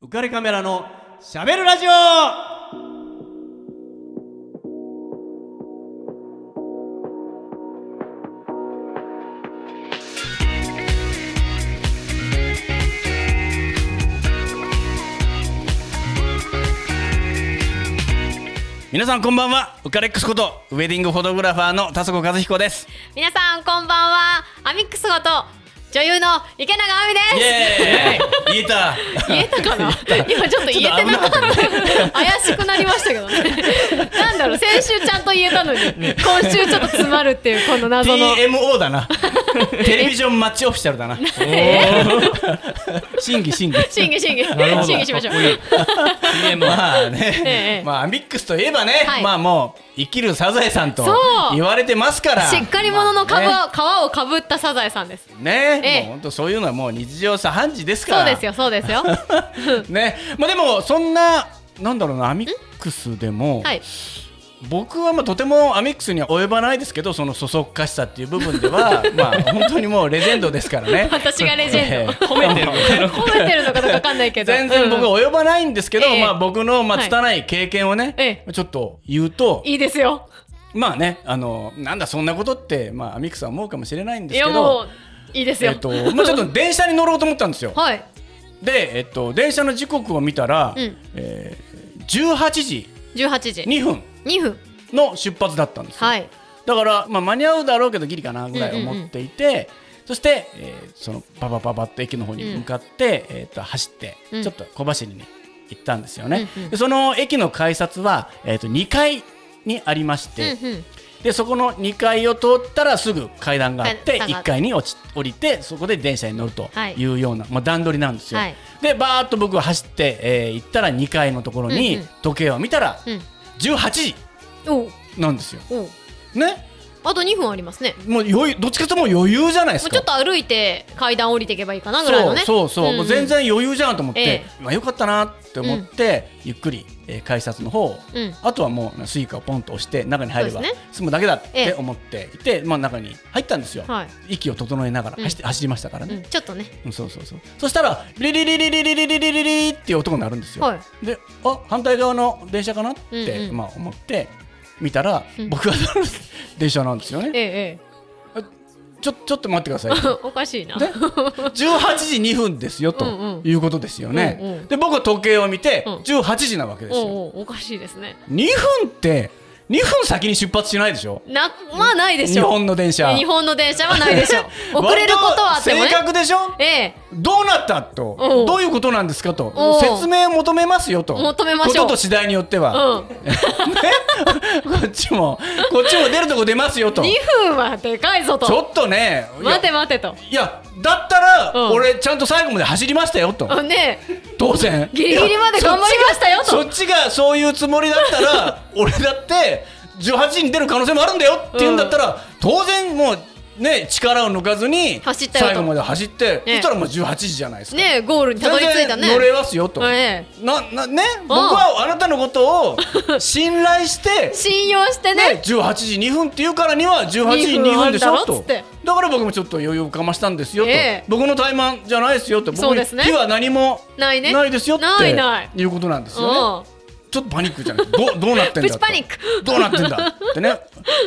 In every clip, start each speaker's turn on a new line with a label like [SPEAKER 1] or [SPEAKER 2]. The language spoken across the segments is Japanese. [SPEAKER 1] 浮かれカメラのしゃべるラジオ
[SPEAKER 2] 皆さんこんばんはウカレックスことウェディングフォトグラファーの田底和彦です
[SPEAKER 3] 皆さんこんばんはアミックスこと女優の池永亜美
[SPEAKER 2] イ
[SPEAKER 3] です
[SPEAKER 2] エーイ 言えた
[SPEAKER 3] 言えたかな今ちょっと言えてなかった怪しくなりましたけどねなんだろう先週ちゃんと言えたのに今週ちょっと詰まるっていうこの謎の
[SPEAKER 2] TMO だ なテレビジョンマッチオフィシャルだな 審議審議
[SPEAKER 3] 審議審議
[SPEAKER 2] るほど
[SPEAKER 3] 審議しましょう
[SPEAKER 2] TMO まあ
[SPEAKER 3] え
[SPEAKER 2] ね
[SPEAKER 3] え
[SPEAKER 2] まあミックスといえばね
[SPEAKER 3] はい
[SPEAKER 2] まあもう生きるサザエさんと
[SPEAKER 3] そう
[SPEAKER 2] 言われてますから
[SPEAKER 3] しっかり者の皮
[SPEAKER 2] まあね
[SPEAKER 3] を皮をかぶったサザエさんです
[SPEAKER 2] ね
[SPEAKER 3] ええ
[SPEAKER 2] もう本当そういうのはもう日常茶飯事ですか
[SPEAKER 3] そう
[SPEAKER 2] ら
[SPEAKER 3] ですよそうです よは
[SPEAKER 2] ねまあでもそんななんだろうなアミックスでも
[SPEAKER 3] い
[SPEAKER 2] 僕はまあとてもアミックスには及ばないですけどそのそそっかしさっていう部分で はまあ本当にもうレジェンドですからね
[SPEAKER 3] 私がレジェンド
[SPEAKER 2] ええ褒めてる
[SPEAKER 3] 褒めてるのかどうかわかんないけど
[SPEAKER 2] 全然僕
[SPEAKER 3] うん
[SPEAKER 2] は及ばないんですけど、
[SPEAKER 3] ええ
[SPEAKER 2] まあ、僕のまあ
[SPEAKER 3] はい
[SPEAKER 2] 拙い経験をね、
[SPEAKER 3] え
[SPEAKER 2] ちょっと言うと
[SPEAKER 3] いいですよ
[SPEAKER 2] まあねあのなんだそんなことって、まあ、アミックスは思うかもしれないんで
[SPEAKER 3] い
[SPEAKER 2] すけ
[SPEAKER 3] やも
[SPEAKER 2] ど
[SPEAKER 3] ういいです
[SPEAKER 2] え
[SPEAKER 3] よ
[SPEAKER 2] っとまあ、ちょっと電車に乗ろうと思ったんですよ。
[SPEAKER 3] はい
[SPEAKER 2] で、えっと、電車の時刻を見たら、
[SPEAKER 3] うん
[SPEAKER 2] えー18時
[SPEAKER 3] 18時
[SPEAKER 2] 2分
[SPEAKER 3] 2分
[SPEAKER 2] の出発だったんですよ。
[SPEAKER 3] はい
[SPEAKER 2] だから、まあ、間に合うだろうけどギリかなぐらい思っていて、そして、えーそのパパパパって駅の方に向かって、えー、と走って、
[SPEAKER 3] うん
[SPEAKER 2] ちょっと小走りに行ったんですよね、
[SPEAKER 3] うんうん
[SPEAKER 2] でその駅の改札は、えー、と2階にありまし
[SPEAKER 3] う
[SPEAKER 2] て、
[SPEAKER 3] んうん
[SPEAKER 2] でそこの2階を通ったらすぐ階段があって
[SPEAKER 3] はい
[SPEAKER 2] 1階に落ち降りてそこで電車に乗ると
[SPEAKER 3] はい
[SPEAKER 2] いうような、まあ、段取りなんですよ、
[SPEAKER 3] はい
[SPEAKER 2] でバーッと僕は走って、えー行ったら2階のところ
[SPEAKER 3] うんう
[SPEAKER 2] に
[SPEAKER 3] ん
[SPEAKER 2] 時計を見たら
[SPEAKER 3] うん
[SPEAKER 2] 18時
[SPEAKER 3] おう
[SPEAKER 2] なんですよ
[SPEAKER 3] おう
[SPEAKER 2] ね
[SPEAKER 3] あと2分ありますね
[SPEAKER 2] もう余裕どっちかというともう余裕じゃないです
[SPEAKER 3] もう
[SPEAKER 2] か。
[SPEAKER 3] ちょっと歩いて階段降りていけばいいかなぐらいのね
[SPEAKER 2] そうそうそう、もう全
[SPEAKER 3] 然
[SPEAKER 2] 然余裕じゃんと思って、
[SPEAKER 3] え
[SPEAKER 2] まあよかったなって思って、ゆっくり、えー改札の方を、
[SPEAKER 3] うん
[SPEAKER 2] あとはもうスイカをポンと押して中に入れば
[SPEAKER 3] そうですね
[SPEAKER 2] 済むだけだっ
[SPEAKER 3] ええ
[SPEAKER 2] て思っていて、まあ中に入ったんですよ。
[SPEAKER 3] はい
[SPEAKER 2] 息を整えながら
[SPEAKER 3] うん
[SPEAKER 2] 走,、走りましたから
[SPEAKER 3] う
[SPEAKER 2] ね
[SPEAKER 3] ん。ちょっとね
[SPEAKER 2] うんそうそうそう。そしたらリリリリリリリリリリリっていう音が鳴るんですよ。
[SPEAKER 3] は
[SPEAKER 2] で、あ反対側の電車かなって、
[SPEAKER 3] うんうん
[SPEAKER 2] まあ思って見たら、
[SPEAKER 3] うん
[SPEAKER 2] 僕が乗る電車なんですよね。
[SPEAKER 3] ええ
[SPEAKER 2] ちょちょっと待ってください。
[SPEAKER 3] ええおかしいな
[SPEAKER 2] ね18時2分ですよと
[SPEAKER 3] うんうん
[SPEAKER 2] いうことですよね。
[SPEAKER 3] うんうん
[SPEAKER 2] で僕は時計を見て
[SPEAKER 3] うん
[SPEAKER 2] 18時なわけですよ。
[SPEAKER 3] おうおうおかしいですね
[SPEAKER 2] 2分って2分先に出発しないでしょ
[SPEAKER 3] なまあないでし
[SPEAKER 2] 日
[SPEAKER 3] ょ
[SPEAKER 2] 本の電車。
[SPEAKER 3] 日本の電車はない でしょ遅れることはあってもね
[SPEAKER 2] 割と正確でしょ
[SPEAKER 3] ええ
[SPEAKER 2] どうなったと
[SPEAKER 3] おう
[SPEAKER 2] どういうことなんですかと
[SPEAKER 3] おう
[SPEAKER 2] 説明を求めますよと
[SPEAKER 3] 求めましょう
[SPEAKER 2] ことと次第によって は、
[SPEAKER 3] うん
[SPEAKER 2] ねこっちもこっちも出るとこ出ますよとち
[SPEAKER 3] 2分はでかいぞ
[SPEAKER 2] ょ
[SPEAKER 3] と
[SPEAKER 2] っとねいや
[SPEAKER 3] 待て待てと
[SPEAKER 2] いやだったら、
[SPEAKER 3] うん
[SPEAKER 2] 俺ちゃんと最後まで走りましたよと
[SPEAKER 3] あねえ
[SPEAKER 2] 当然
[SPEAKER 3] ギリギリまで頑張りましたよと
[SPEAKER 2] そっちがそっちがそういうつもりだった ら俺だって18時に出る可能性もあるんだよって言うんだったら、当然もうね力を抜かずに
[SPEAKER 3] 走ったよと
[SPEAKER 2] 最後まで走って、
[SPEAKER 3] ね
[SPEAKER 2] そしたらもう18時じゃないですか、
[SPEAKER 3] ねえゴールにたど
[SPEAKER 2] 全
[SPEAKER 3] り着いた
[SPEAKER 2] 然
[SPEAKER 3] ね
[SPEAKER 2] 乗れますよと、
[SPEAKER 3] ええ
[SPEAKER 2] ななね僕はあなたのことを信頼して
[SPEAKER 3] 信用して
[SPEAKER 2] ね
[SPEAKER 3] ね、
[SPEAKER 2] 18時2分って言うからには18時2分でし
[SPEAKER 3] 2分あるだろ
[SPEAKER 2] ょ
[SPEAKER 3] っつ
[SPEAKER 2] と
[SPEAKER 3] って
[SPEAKER 2] だから僕もちょっと余裕をかましたんですよと、
[SPEAKER 3] ええ
[SPEAKER 2] 僕の怠慢じゃないですよと僕
[SPEAKER 3] そうですね
[SPEAKER 2] には何も
[SPEAKER 3] ないね
[SPEAKER 2] ないですよって
[SPEAKER 3] ないない
[SPEAKER 2] いうことなんですよね
[SPEAKER 3] う
[SPEAKER 2] ちょっとパニックじゃないどうどうな ってんだと
[SPEAKER 3] プチパニック
[SPEAKER 2] どうなってんだってね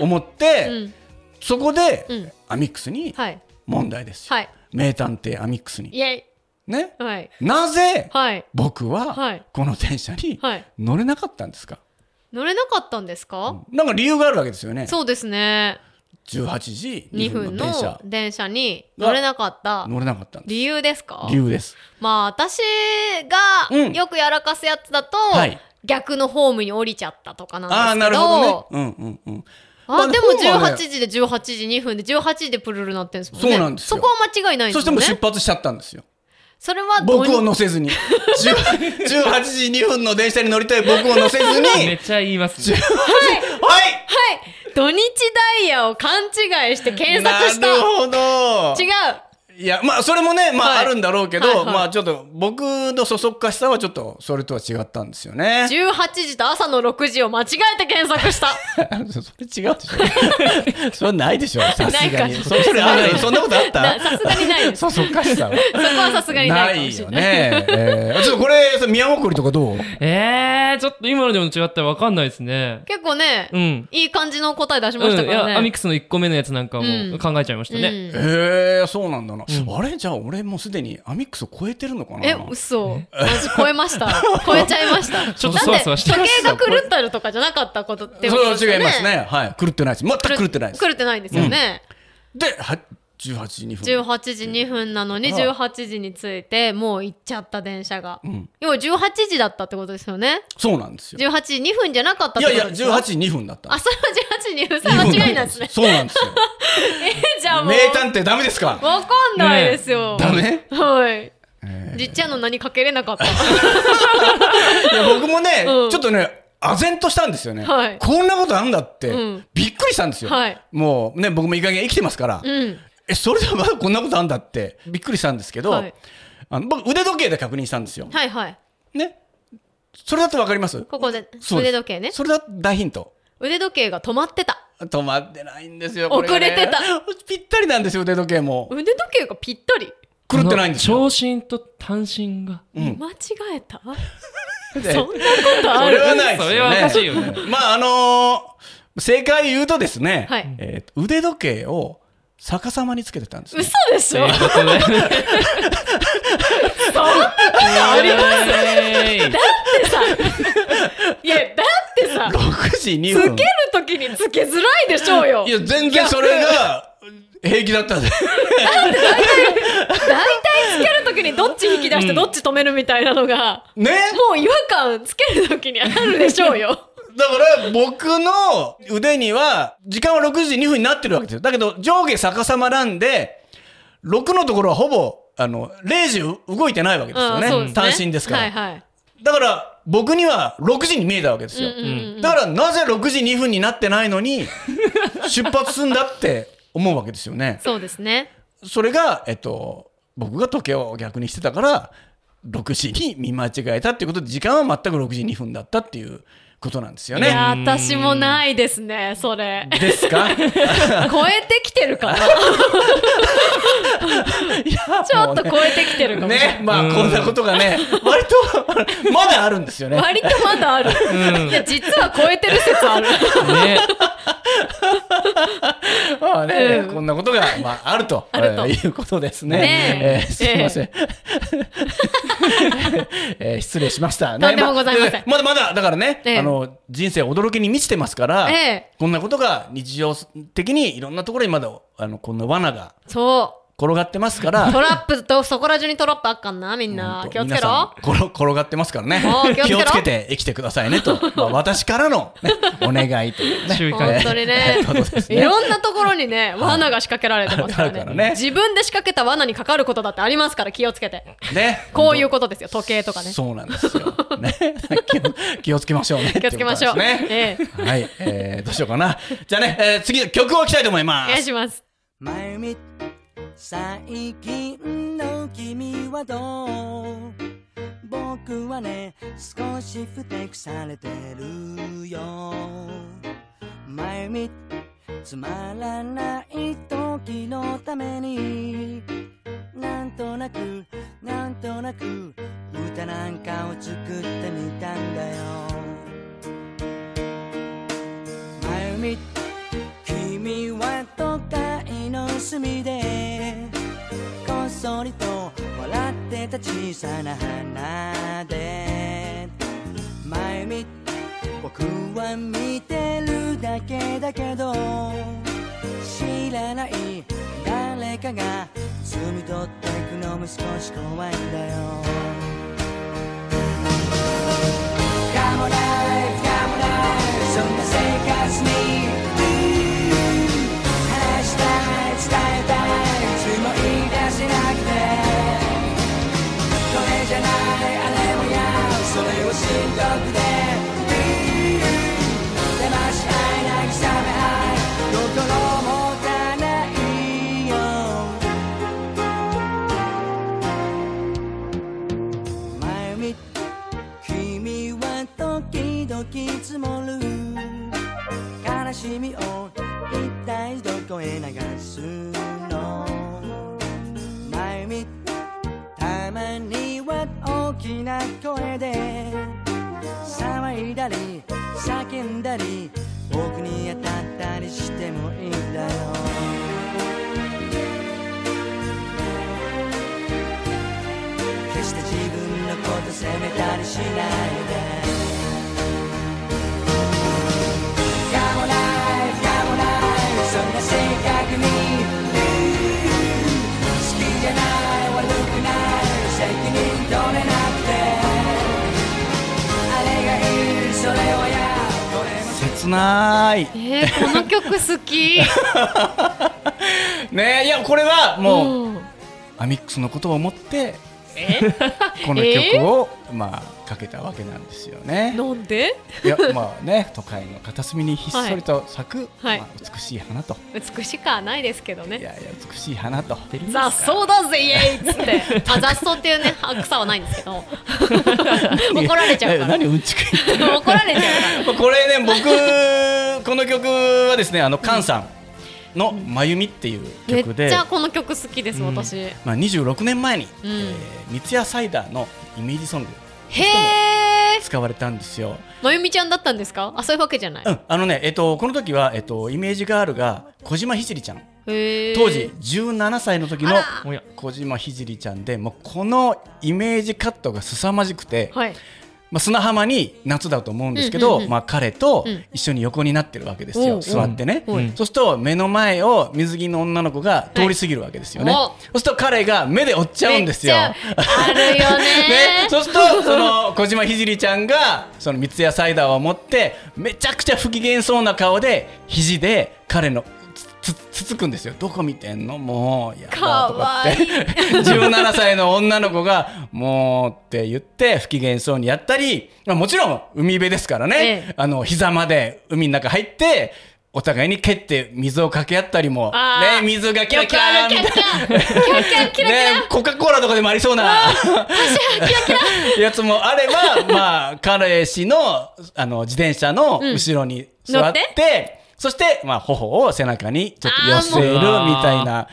[SPEAKER 2] 思って、
[SPEAKER 3] んうん
[SPEAKER 2] そこで、
[SPEAKER 3] うん
[SPEAKER 2] アミックスに
[SPEAKER 3] はい
[SPEAKER 2] 問題ですよ、
[SPEAKER 3] はい
[SPEAKER 2] 名探偵アミックスに
[SPEAKER 3] イエイ
[SPEAKER 2] ね
[SPEAKER 3] はい
[SPEAKER 2] なぜ
[SPEAKER 3] はい
[SPEAKER 2] 僕
[SPEAKER 3] は
[SPEAKER 2] はいこの電車に
[SPEAKER 3] はい
[SPEAKER 2] 乗れなかったんですか、
[SPEAKER 3] 乗れなかったんですか、
[SPEAKER 2] なんか理由があるわけですよね
[SPEAKER 3] そうですね
[SPEAKER 2] 18時
[SPEAKER 3] 2
[SPEAKER 2] 2
[SPEAKER 3] 分
[SPEAKER 2] 分の電
[SPEAKER 3] の
[SPEAKER 2] 車
[SPEAKER 3] 電車に乗れなかった
[SPEAKER 2] 乗れなかったんです
[SPEAKER 3] 理由ですか
[SPEAKER 2] 理由です
[SPEAKER 3] まあ私が
[SPEAKER 2] うん
[SPEAKER 3] よくやらかすやつだと、
[SPEAKER 2] はい
[SPEAKER 3] 逆のホームに降りちゃったとか
[SPEAKER 2] あ
[SPEAKER 3] な
[SPEAKER 2] あ
[SPEAKER 3] ん
[SPEAKER 2] ー
[SPEAKER 3] です
[SPEAKER 2] な
[SPEAKER 3] け
[SPEAKER 2] る
[SPEAKER 3] ど
[SPEAKER 2] ほどねうんうんうんま
[SPEAKER 3] あ
[SPEAKER 2] あ
[SPEAKER 3] で
[SPEAKER 2] ホーム
[SPEAKER 3] も
[SPEAKER 2] は
[SPEAKER 3] 18
[SPEAKER 2] ね
[SPEAKER 3] 時で18時2分で18時でプルルなってんですもんね
[SPEAKER 2] そうなんですよ
[SPEAKER 3] そこは間違いないん
[SPEAKER 2] そ
[SPEAKER 3] で
[SPEAKER 2] し
[SPEAKER 3] す
[SPEAKER 2] て
[SPEAKER 3] よ
[SPEAKER 2] もう
[SPEAKER 3] ね
[SPEAKER 2] 出発しちゃったんですよ
[SPEAKER 3] それは
[SPEAKER 2] 僕を
[SPEAKER 3] の
[SPEAKER 2] 乗せずに10 18時2分の電車に乗りたい僕を乗せ ずに
[SPEAKER 4] めっちゃ言いますね。
[SPEAKER 2] はい
[SPEAKER 3] はい土日ダイヤを勘違いして検索した
[SPEAKER 2] なる
[SPEAKER 3] 違
[SPEAKER 2] ほど
[SPEAKER 3] う
[SPEAKER 2] いやまあそれもねま
[SPEAKER 3] は
[SPEAKER 2] あ
[SPEAKER 3] い
[SPEAKER 2] あるんだろうけど、
[SPEAKER 3] はいはい
[SPEAKER 2] まあちょっと僕のそそっかしさはちょっとそれとは違ったんですよね
[SPEAKER 3] 18時と朝の6時を間違えて検 索した
[SPEAKER 2] そそれ違うでしょそれ ないでしょさすが
[SPEAKER 3] ない
[SPEAKER 2] に
[SPEAKER 3] か
[SPEAKER 2] そそれある そんなことあっ
[SPEAKER 3] な
[SPEAKER 2] た
[SPEAKER 3] さすがにないです
[SPEAKER 2] そそっかしさは
[SPEAKER 3] そこはさすがにないかもしれ
[SPEAKER 2] よ
[SPEAKER 3] ない
[SPEAKER 2] ね、えーちょっとこれさん、宮送りとかどう
[SPEAKER 4] えー、ちょっと今のでも違ったらわかんないですね。
[SPEAKER 3] 結構ね、
[SPEAKER 4] うん。
[SPEAKER 3] いい感じの答え出しま
[SPEAKER 4] う
[SPEAKER 3] した
[SPEAKER 4] ん、い
[SPEAKER 3] からね。
[SPEAKER 4] や、アミックスの1個目のやつなんか
[SPEAKER 3] う
[SPEAKER 4] も
[SPEAKER 3] ん
[SPEAKER 4] 考えちゃいましたね。
[SPEAKER 3] うん
[SPEAKER 2] へえ、そうなんだな。あれじゃあ俺もうすでにアミックスを超えてるのかな
[SPEAKER 3] え、嘘。私超えました。 超えちゃいました。
[SPEAKER 4] ちょっとそわそわして
[SPEAKER 3] だっ
[SPEAKER 4] ま
[SPEAKER 3] て
[SPEAKER 4] し
[SPEAKER 3] 時
[SPEAKER 4] た
[SPEAKER 3] 計が狂ったるとかじゃなかったことって
[SPEAKER 2] そ
[SPEAKER 3] こと
[SPEAKER 2] れは
[SPEAKER 3] ですよ
[SPEAKER 2] 違います。ね。はい。狂ってないです。全く狂ってないです。
[SPEAKER 3] 狂ってないんですよね。
[SPEAKER 2] で、は18時2分。
[SPEAKER 3] 18時2分なのに
[SPEAKER 2] あ
[SPEAKER 3] 18時に着いてもう行っちゃった電車が、
[SPEAKER 2] ん
[SPEAKER 3] 要は18時だったってことですよね
[SPEAKER 2] そうなんですよ。
[SPEAKER 3] 18時2分じゃなかったっ
[SPEAKER 2] い
[SPEAKER 3] てこ
[SPEAKER 2] や
[SPEAKER 3] と
[SPEAKER 2] い
[SPEAKER 3] です
[SPEAKER 2] や、
[SPEAKER 3] か
[SPEAKER 2] 18時2分だった。
[SPEAKER 3] あそれは18時2分それ間違いなんですね
[SPEAKER 2] そうなんですよ。
[SPEAKER 3] じゃあもう
[SPEAKER 2] 名探偵ダメですか
[SPEAKER 3] わかんないですよ、
[SPEAKER 2] ダメ
[SPEAKER 3] はい、じっちゃんの名にかけれなかった
[SPEAKER 2] いや、僕もね、
[SPEAKER 3] うん
[SPEAKER 2] ちょっとね、唖然としたんですよね。
[SPEAKER 3] はい
[SPEAKER 2] こんなことあんだって、
[SPEAKER 3] うん
[SPEAKER 2] びっくりしたんですよ。
[SPEAKER 3] はい
[SPEAKER 2] もうね、僕もいい加減生きてますから、
[SPEAKER 3] うん
[SPEAKER 2] え、それではまだこんなことあんだって、びっくりしたんですけど、
[SPEAKER 3] はい
[SPEAKER 2] あの僕腕時計で確認したんですよ。
[SPEAKER 3] はいはい
[SPEAKER 2] ね。それだとわかります
[SPEAKER 3] ここで
[SPEAKER 2] そうです
[SPEAKER 3] 腕時計ね
[SPEAKER 2] それだと大ヒント。
[SPEAKER 3] 腕時計が止まってた
[SPEAKER 2] 止まってないんですよ。
[SPEAKER 3] 遅れ
[SPEAKER 2] こがね
[SPEAKER 3] てた。
[SPEAKER 2] ぴったりなんですよ、腕時計も。
[SPEAKER 3] 腕時計がぴったり
[SPEAKER 2] 狂ってないんですよ。
[SPEAKER 4] この長身と短身が。
[SPEAKER 2] うん。
[SPEAKER 3] 間違えた、
[SPEAKER 2] で
[SPEAKER 3] そんなことあ
[SPEAKER 2] それ
[SPEAKER 3] る
[SPEAKER 2] はないで
[SPEAKER 4] そ
[SPEAKER 2] すよ、ね。
[SPEAKER 4] れはおかしいよね。
[SPEAKER 2] まああのー正解言うとですね、
[SPEAKER 3] はい
[SPEAKER 2] えー腕時計を逆さまにつけてたんですよ
[SPEAKER 3] 嘘でし
[SPEAKER 4] とい
[SPEAKER 3] ょ
[SPEAKER 4] うことで。そんなことあります
[SPEAKER 3] いやだってさ
[SPEAKER 2] 6時2
[SPEAKER 3] つ
[SPEAKER 2] 分
[SPEAKER 3] けるときにつけづらいでしょうよ
[SPEAKER 2] いや全然それが平気だったん で
[SPEAKER 3] 大体つけるときにどっち引き出してどっち止めるみたいなのが、
[SPEAKER 2] ね
[SPEAKER 3] もう違和感つけるときにあるでしょう よ
[SPEAKER 2] だから僕の腕には時間は6時2分になってるわけですよだけど上下逆さまなんで6のところはほぼあの0時動いてないわけですよね,、
[SPEAKER 3] そう
[SPEAKER 2] 単身ですから、
[SPEAKER 3] はいはい
[SPEAKER 2] だから僕には6時に見えたわけですよ、
[SPEAKER 3] うんうんうん
[SPEAKER 2] だからなぜ6時2分になってないのに 出発すんだって思うわけですよね。
[SPEAKER 3] そうですね
[SPEAKER 2] それが、えっと、僕が時計を逆にしてたから6時に見間違えたっていうことで時間は全く6時2分だったっていうことなんですよ
[SPEAKER 3] い
[SPEAKER 2] ね。
[SPEAKER 3] や私もないですねそれ
[SPEAKER 2] ですか
[SPEAKER 3] 超えてきて るかなちょっと超えてきてるかもしれない、
[SPEAKER 2] ね、ま
[SPEAKER 4] うん
[SPEAKER 2] あこんなことがね割とまだあるんですよね。
[SPEAKER 3] 割とまだある、いや実は超えてる説あ る
[SPEAKER 4] ね。ね。
[SPEAKER 2] まあね、
[SPEAKER 3] うん
[SPEAKER 2] こんな ことが、まあ、あると
[SPEAKER 3] あると
[SPEAKER 2] えーいうことですね。
[SPEAKER 3] ねえ
[SPEAKER 2] えーすいませ ん。えー失礼しました。ね
[SPEAKER 3] とんでもございません
[SPEAKER 2] まあまだまだ、だからね、
[SPEAKER 3] ええ
[SPEAKER 2] あの、人生驚きに満ちてますから、
[SPEAKER 3] ええ
[SPEAKER 2] こんなことが日常的にいろんなところにまだ、あの、こんな罠が
[SPEAKER 3] そう
[SPEAKER 2] 転がってますから、
[SPEAKER 3] トラップとそこら中にトラップあっかんなみん
[SPEAKER 2] ほ
[SPEAKER 3] なん
[SPEAKER 2] と
[SPEAKER 3] 気をつけ
[SPEAKER 2] 皆さ
[SPEAKER 3] ろ
[SPEAKER 2] ん転転がってますからね
[SPEAKER 3] おー気をつけろ
[SPEAKER 2] つけて生きてください ねと、まあ、私からの、ね、お願いというね
[SPEAKER 4] 注意喚
[SPEAKER 3] 本
[SPEAKER 4] 起。
[SPEAKER 3] 当にね
[SPEAKER 2] そうですね
[SPEAKER 3] いろんなところにね罠が仕掛けられてますから
[SPEAKER 2] あ
[SPEAKER 3] ね
[SPEAKER 2] るからね
[SPEAKER 3] 自分で仕掛けた罠にかかることだってありますから気をつけて
[SPEAKER 2] ね
[SPEAKER 3] こういうことですよ時計とかね
[SPEAKER 2] そうなんですよ。ね、 気を気をつけましょうね。
[SPEAKER 3] 気をつけましょう
[SPEAKER 2] っていことですね
[SPEAKER 3] え
[SPEAKER 2] はい、えーどうしようかな。じゃあね、えー次の曲をいきたいと思い
[SPEAKER 3] お
[SPEAKER 2] ま
[SPEAKER 3] 願い
[SPEAKER 2] す。
[SPEAKER 3] します
[SPEAKER 5] まゆみ最近の君はどう僕はね少し不適されてるよまゆみつまらない時のためになんとなくなんとなく歌なんかを作ってみたんだよまゆみ君は都会の隅でこっそりと笑ってた小さな花で前見僕は見てるだけだけど知らない誰かが摘み取っていくのも少し怖いんだよ Come on, life, come on, life そんな生活に話したい伝えたいつも言い出せなくてこれじゃないあれもやそれをしんどくてだまし合い慰め合い心もたないよ前見君は時々積もる悲しみを一体どこへ流すの前見たまには大ききな声で騒いだり叫んだり僕に当たったりしてもいいんだよ決して自分のこと責めたりしないで Come on, come on, そんな性格に好きじゃない悪くない責任取れなくてあれがいいそれをやこれも
[SPEAKER 2] 切ない
[SPEAKER 3] えー、この曲好 き
[SPEAKER 2] ねえいやこれはもう、
[SPEAKER 3] うん
[SPEAKER 2] アミックスのことを思って この曲を、まあかけたわけなんですよね。
[SPEAKER 3] なんで
[SPEAKER 2] いやまあね都会の片隅にひっそりと咲く、
[SPEAKER 3] はい
[SPEAKER 2] まあ、美しい花と、
[SPEAKER 3] 美しくはないですけど
[SPEAKER 2] い、
[SPEAKER 3] ね
[SPEAKER 2] やいや美しい花と
[SPEAKER 3] 雑草だぜイエイっつって あ雑草っていうねあ草はないんですけど怒られちゃうか
[SPEAKER 2] な
[SPEAKER 3] ら
[SPEAKER 2] 何うんちく言ってる
[SPEAKER 3] 怒られちゃうから
[SPEAKER 2] これね僕この曲はですねあのカンさんの「まゆみ」っていう
[SPEAKER 3] め
[SPEAKER 2] 曲で、
[SPEAKER 3] っちゃこの曲好きです
[SPEAKER 2] うん
[SPEAKER 3] 私へ
[SPEAKER 2] まあ、26年前に、
[SPEAKER 3] うん
[SPEAKER 2] えー三ツ矢サイダーのイメージソング
[SPEAKER 3] え
[SPEAKER 2] 使われたんですよ。
[SPEAKER 3] まゆみちゃんだったんですかあそういうわけじゃない
[SPEAKER 2] うん、あのね、えっと、この時は、えっと、イメージガールが小島ひじりちゃん。
[SPEAKER 3] へえ
[SPEAKER 2] 当時17歳の時の
[SPEAKER 3] あら
[SPEAKER 4] おや
[SPEAKER 2] 小島ひじりちゃんで、もうこのイメージカットが凄まじくて、
[SPEAKER 3] はい
[SPEAKER 2] まあ、砂浜に夏だと思うんですけ
[SPEAKER 3] うん
[SPEAKER 2] ど、
[SPEAKER 3] うんうん
[SPEAKER 2] まあ、彼と
[SPEAKER 3] うん
[SPEAKER 2] 一緒に横になってるわけです
[SPEAKER 3] お
[SPEAKER 2] よ、
[SPEAKER 3] う
[SPEAKER 2] 座ってね、
[SPEAKER 3] おう
[SPEAKER 2] そうすると目の前を水着の女の子が通り過ぎるわけですよね、
[SPEAKER 3] はい
[SPEAKER 2] そうすると彼が目で追っちゃうんですよ。
[SPEAKER 3] めっちゃあるよね
[SPEAKER 2] ね、そうするとその小島ひじりちゃんがその三ツ矢サイダーを持ってめちゃくちゃ不機嫌そうな顔で肘で彼のつつつつくんですよどこ見てんのもうやだとかって17歳 の女の子が「もう」って言って不機嫌そうにやったり、まあ、もちろん海辺ですからね、
[SPEAKER 3] ええ
[SPEAKER 2] あの膝まで海の中入ってお互いに蹴って水をかけ合ったりも、
[SPEAKER 3] あー
[SPEAKER 2] ね、水がキラキラ
[SPEAKER 3] キラキラキラキラキラ
[SPEAKER 2] ね、コカ・コーラとかでもありそうな やつもあれ ば、まあ、彼氏のあの自転車の後ろに座
[SPEAKER 3] 乗っ
[SPEAKER 2] ってて,、そして、まあ、頬を背中にちょっと寄せるみたいな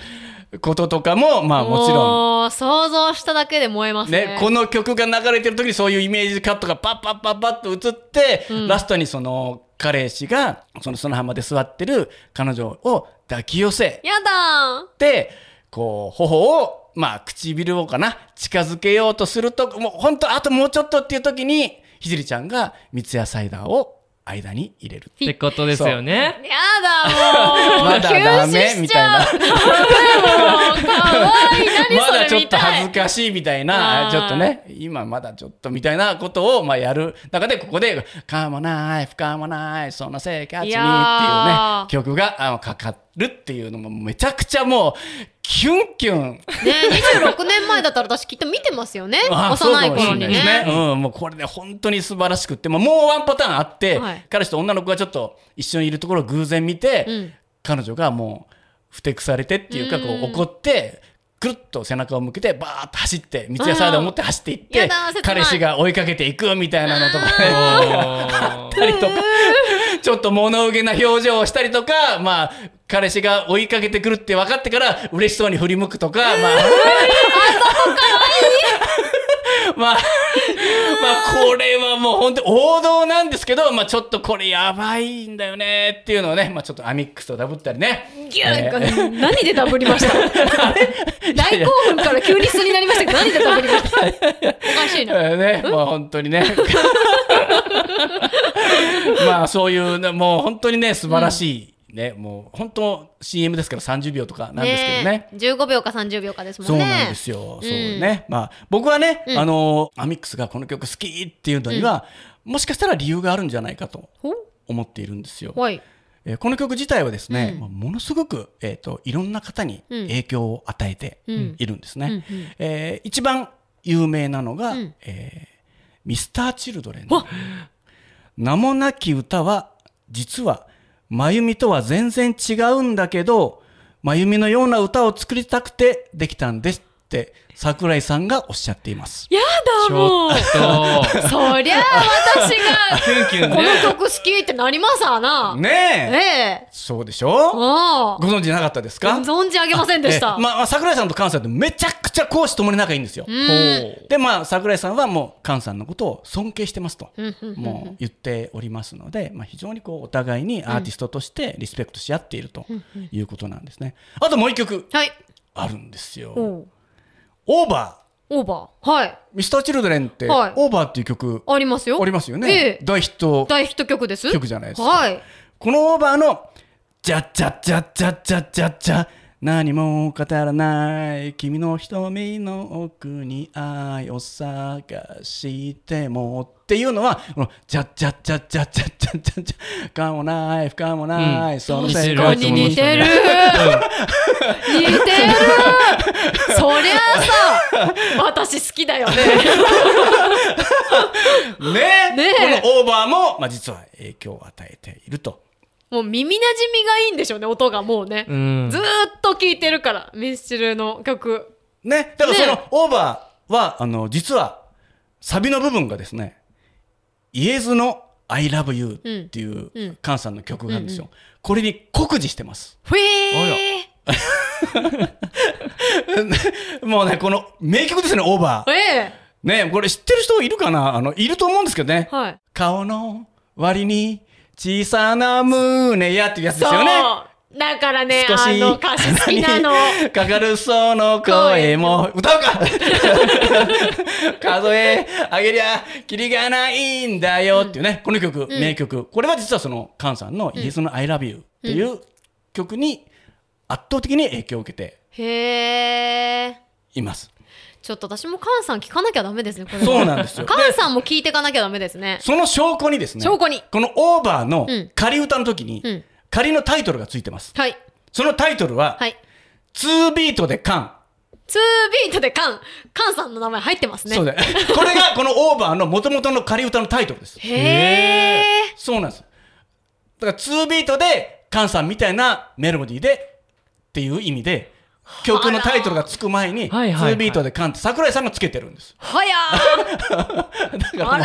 [SPEAKER 2] こととかも、まあ、もちろん。
[SPEAKER 3] もう想像しただけで燃えますね
[SPEAKER 2] ね、この曲が流れてる時にそういうイメージカットがパッパッパッパッと映って、
[SPEAKER 3] ん
[SPEAKER 2] ラストにその彼氏がその砂浜で座ってる彼女を抱き寄せ
[SPEAKER 3] やだ
[SPEAKER 2] って、こう、頬を、まあ、唇をかな、近づけようとすると、もう本当あともうちょっとっていう時に、ひじりちゃんが三ツ矢サイダーを間に入れる。
[SPEAKER 4] ってことですよね。
[SPEAKER 3] ーやだもう
[SPEAKER 2] まだダメ
[SPEAKER 3] 休止しちゃう
[SPEAKER 2] み
[SPEAKER 3] ダメもうかわいい何
[SPEAKER 2] ま
[SPEAKER 3] そ
[SPEAKER 2] だち
[SPEAKER 3] れ
[SPEAKER 2] ょっ
[SPEAKER 3] 見
[SPEAKER 2] と
[SPEAKER 3] たい
[SPEAKER 2] 恥ずかしいみたい
[SPEAKER 3] あー
[SPEAKER 2] な、ちょっとね、今まだちょっとみたいなことを、まあ、やる中で、ここで、かもない、不可もない、そんな生活に
[SPEAKER 3] い
[SPEAKER 2] っていう
[SPEAKER 3] やー
[SPEAKER 2] ね、曲があのかかるっていうのも、めちゃくちゃもう、キュンキュン
[SPEAKER 3] ね26年前だったら私きっと見てますよね
[SPEAKER 2] ああ
[SPEAKER 3] 幼い頃にね
[SPEAKER 2] そうかもしれないですうん、もうこれね、本当に素晴らしくって、まあ、もうワンパターンあって、
[SPEAKER 3] はい
[SPEAKER 2] 彼氏と女の子がちょっと一緒にいるところを偶然見て、
[SPEAKER 3] うん
[SPEAKER 2] 彼女がもう、ふてくされてっていうか、こ
[SPEAKER 3] うん
[SPEAKER 2] う怒って、くるっと背中を向けて、バーッと走って、三ツ矢サイダーを持って走っていっ
[SPEAKER 3] や
[SPEAKER 2] て
[SPEAKER 3] だ切ない、
[SPEAKER 2] 彼氏が追いかけていくみたいなのとかね。
[SPEAKER 4] おー
[SPEAKER 2] ったりとか、ちょっと物憂げな表情をしたりとか、まあ、彼氏が追いかけてくるって分かってから、嬉しそうに振り向くとか、まあ。 まあ、まあ、これはもう本当王道なんですけど、まあちょっとこれやばいんだよねっていうのをね、まあちょっとアミックスとダブったりね。
[SPEAKER 3] ギューン何でダブりました 大興奮から急に素になりましたけど何でダブりましたおかしいな
[SPEAKER 2] えーね、まあ本当 にね。まあそういうね、もう本当にね、素晴らしい、ね、もう本当 CM ですから30秒とかなんですけどね。
[SPEAKER 3] 15秒か30秒かですも
[SPEAKER 2] そ
[SPEAKER 3] ん
[SPEAKER 2] う
[SPEAKER 3] ね
[SPEAKER 2] なんですよ。そう
[SPEAKER 3] うん
[SPEAKER 2] ね。まあ、僕はね、
[SPEAKER 3] うん
[SPEAKER 2] あの、アミックスがこの曲好きっていうのには、もしかしたら理由があるんじゃないかと
[SPEAKER 3] ほ
[SPEAKER 2] 思っているんですよ。
[SPEAKER 3] はい
[SPEAKER 2] えーこの曲自体はですね、
[SPEAKER 3] うん
[SPEAKER 2] まあものすごく、えっ、と、いろんな方に
[SPEAKER 3] うん
[SPEAKER 2] 影響を与えて
[SPEAKER 3] うん
[SPEAKER 2] いるんです
[SPEAKER 3] うんう
[SPEAKER 2] ね
[SPEAKER 3] ん。
[SPEAKER 2] えー一番有名なのが、
[SPEAKER 3] うん
[SPEAKER 2] えーミスター・チルドレンの名もなき歌は、実は、真由美とは全然違うんだけど、真由美のような歌を作りたくてできたんですって、桜井さんがおっしゃっています。
[SPEAKER 3] や
[SPEAKER 4] ち
[SPEAKER 3] だ
[SPEAKER 4] ょ
[SPEAKER 3] もう
[SPEAKER 4] っと。
[SPEAKER 3] そりゃあ私
[SPEAKER 4] キュンキュン
[SPEAKER 3] が
[SPEAKER 4] ね
[SPEAKER 3] この曲好きってなりますわな
[SPEAKER 2] ねえ
[SPEAKER 3] ええ
[SPEAKER 2] そうでしょ
[SPEAKER 3] あ
[SPEAKER 2] ご存知なかったですか
[SPEAKER 3] あ存じ上げませんでし
[SPEAKER 2] え
[SPEAKER 3] た
[SPEAKER 2] えまあまあ、桜井さんと菅さんってめちゃくちゃ公私ともに仲いいんですよ。
[SPEAKER 3] うん
[SPEAKER 2] でまあ桜井さんはもう菅さんのことを尊敬してますと
[SPEAKER 3] うんうんうんうん
[SPEAKER 2] もう言っておりますので、まあ、非常にこうお互いにアーティストとしてリスペクトし合っているということなんですね。あともう一曲
[SPEAKER 3] はい
[SPEAKER 2] あるんですよ。
[SPEAKER 3] おう
[SPEAKER 2] オーバ
[SPEAKER 3] オーバーはい
[SPEAKER 2] ーミスターチルドレンって、
[SPEAKER 3] はい
[SPEAKER 2] オーバーっていう曲
[SPEAKER 3] ありますよ
[SPEAKER 2] ありますよね、
[SPEAKER 3] ええ
[SPEAKER 2] 大ヒット
[SPEAKER 3] 大ヒット曲です
[SPEAKER 2] 曲じゃないですか
[SPEAKER 3] はい
[SPEAKER 2] このオーバーの「じゃっじゃっじゃっじゃっじゃっじゃっじゃ」何も語らない君の瞳の奥に愛を探してもっていうのはこの「じゃっじゃっじゃっじゃっじゃっじゃっじゃっじゃ」「かもない不可もない、
[SPEAKER 4] うん
[SPEAKER 2] その
[SPEAKER 4] 似て
[SPEAKER 2] 世
[SPEAKER 4] る
[SPEAKER 2] 界
[SPEAKER 3] 顔
[SPEAKER 2] と
[SPEAKER 3] に似てる
[SPEAKER 4] う
[SPEAKER 3] 似てるそりゃあさ私好きだよね
[SPEAKER 2] ね
[SPEAKER 3] ねえ
[SPEAKER 2] このオーバーも、まあ、実は影響を与えていると。
[SPEAKER 3] もう耳なじみがいいんでしょうね音がもうね、
[SPEAKER 4] うん
[SPEAKER 3] ずーっと聴いてるからミスチルの曲
[SPEAKER 2] ね、だからその
[SPEAKER 3] ね
[SPEAKER 2] オーバーは、あの、実は、サビの部分がですね、イエズの I love you っていう、
[SPEAKER 3] うん
[SPEAKER 2] カンさんの曲なんですよ。これに酷似してます。
[SPEAKER 3] ふえ
[SPEAKER 2] もうね、この名曲ですね、オーバ
[SPEAKER 3] ーえ
[SPEAKER 2] ー。ね、これ知ってる人いるかなあの、いると思うんですけどね
[SPEAKER 3] ー、。はい
[SPEAKER 2] 顔の割に小さな胸やっていうやつです
[SPEAKER 3] そう
[SPEAKER 2] よね。
[SPEAKER 3] だからね
[SPEAKER 2] 少し
[SPEAKER 3] あの歌詞好き なの
[SPEAKER 2] にかかるその声も歌うか数え上げりゃキリがないんだよっていうね、この曲、名曲これは実はその菅さんの「イエスの I love you」っていう曲に圧倒的に影響を受けて
[SPEAKER 3] へえ
[SPEAKER 2] います、
[SPEAKER 3] ちょっと私もカンさん聞かなきゃダメですねこれは
[SPEAKER 2] そうなんですよ
[SPEAKER 3] カンさんも聞いてかなきゃダメですね
[SPEAKER 2] その証拠にですね
[SPEAKER 3] 証拠に
[SPEAKER 2] この「オーバー」の
[SPEAKER 3] うん
[SPEAKER 2] 仮歌の時に、
[SPEAKER 3] うん
[SPEAKER 2] 仮のタイトルがついてます
[SPEAKER 3] はい
[SPEAKER 2] そのタイトルは
[SPEAKER 3] はい
[SPEAKER 2] 「2ビートで菅」
[SPEAKER 3] 2ビートでカンカンさんの名前入ってますね
[SPEAKER 2] そうだよ これがこの「オーバー」の元々の仮歌のタイトルです
[SPEAKER 3] へえ
[SPEAKER 2] そうなんです。だから2ビートで、カンさんみたいなメロディーでっていう意味で、曲のタイトルがつく前に、
[SPEAKER 4] はいはいはい
[SPEAKER 2] 2ビートでカンって桜井さんがつけてるんです。
[SPEAKER 3] はやー あらま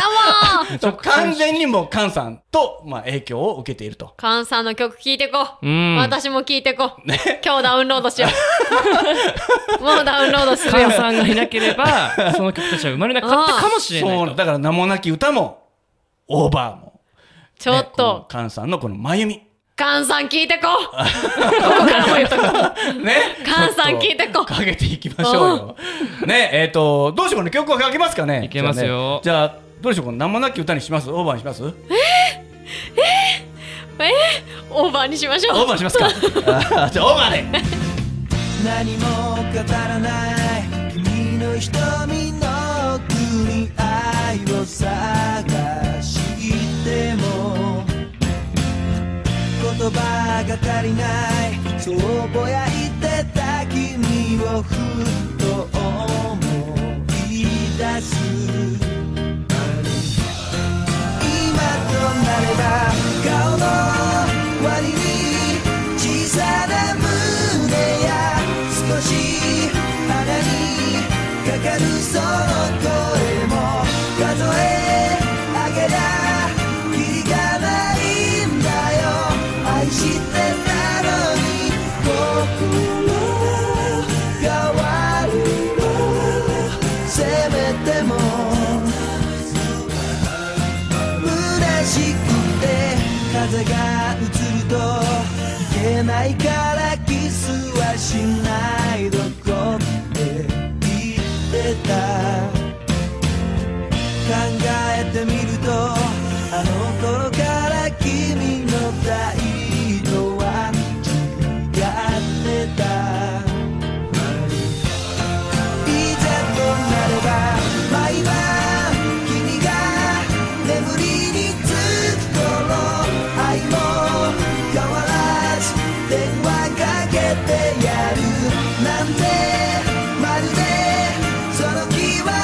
[SPEAKER 3] ー
[SPEAKER 2] そう完全にもうカンさんと、まあ、影響を受けていると。
[SPEAKER 3] カンさんの曲聴いてこう、
[SPEAKER 4] うん
[SPEAKER 3] 私も聴いてこう、今日ダウンロードしよ うもうダウンロードするよ
[SPEAKER 4] 母さんがいなければ、その曲たちは生まれなかったかもしれ
[SPEAKER 2] そう
[SPEAKER 4] な
[SPEAKER 2] ないんだから名もなき歌も、オーバーも。
[SPEAKER 3] ちょっと、
[SPEAKER 2] カンさんのこの真由み。
[SPEAKER 3] カンさん聴い てこうここからも言っとこう
[SPEAKER 2] ね。
[SPEAKER 3] カンさん聞いて
[SPEAKER 2] ち
[SPEAKER 3] こう
[SPEAKER 2] ょっとかけていきましょうよ。ね、えっ、と、どうしようかね、曲はかけますかね。
[SPEAKER 4] いけますよ
[SPEAKER 2] じゃあね、じゃあどうでしようか、名もなき歌にします、オーバーにします。
[SPEAKER 3] えー、オーバーにしましょう
[SPEAKER 2] オーバーしますか。あー じゃあ、オーバーで。
[SPEAKER 6] 何も語らない君の瞳の奥に愛を探しても言葉が足りないそうぼやいてた君をふと思い出す今となれば顔の割に小さな胸や少し鼻にかかるその声も数え上げたきりがないんだよ愛してたのに心は変わるのせめても虚しくて風が映るといけないからキスはしないどこって言ってた考えてみるとあの頃から君の態度は違ってたいざとなれば毎晩君が眠りにつく頃愛も変わらず電話かけてやるなんてまるでその気は